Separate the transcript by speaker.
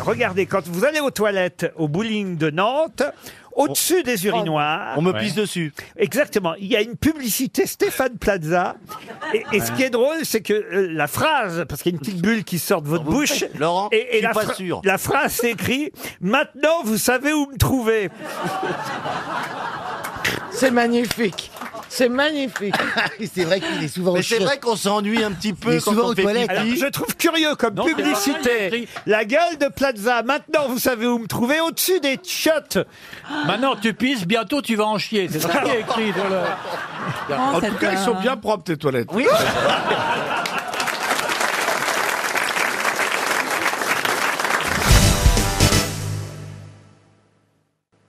Speaker 1: regardez, quand vous allez aux toilettes au bowling de Nantes, au-dessus des urinoirs.
Speaker 2: On me pisse
Speaker 1: dessus.
Speaker 3: Oh,
Speaker 1: Exactement. Il y a une publicité Stéphane Plaza. Et, et ce qui est drôle, c'est que euh, la phrase, parce qu'il y a une petite bulle qui sort de votre
Speaker 2: vous
Speaker 1: bouche.
Speaker 2: faites, Laurent, je
Speaker 1: et, et
Speaker 2: suis
Speaker 1: la,
Speaker 2: pas sûr.
Speaker 1: la phrase s'écrit Maintenant, vous savez où me trouver.
Speaker 3: C'est magnifique. C'est magnifique. c'est vrai qu'il est souvent
Speaker 2: Mais c'est vrai qu'on s'ennuie un petit peu
Speaker 3: Mais
Speaker 2: quand
Speaker 3: souvent
Speaker 2: on
Speaker 3: aux
Speaker 2: fait
Speaker 3: toilettes. hein.
Speaker 1: Alors,
Speaker 2: pipi.
Speaker 1: je trouve curieux comme
Speaker 4: Non, c'est normal, il
Speaker 1: publicité.
Speaker 4: écrit.
Speaker 1: La gueule de Plaza. Maintenant, vous savez où me trouver au-dessus des chiottes.
Speaker 4: Maintenant, tu pisses, bientôt tu vas en chier. C'est ça qui est écrit. sur le-
Speaker 5: En
Speaker 6: En tout cas, ils sont bien propres, tes toilettes.
Speaker 2: Oui.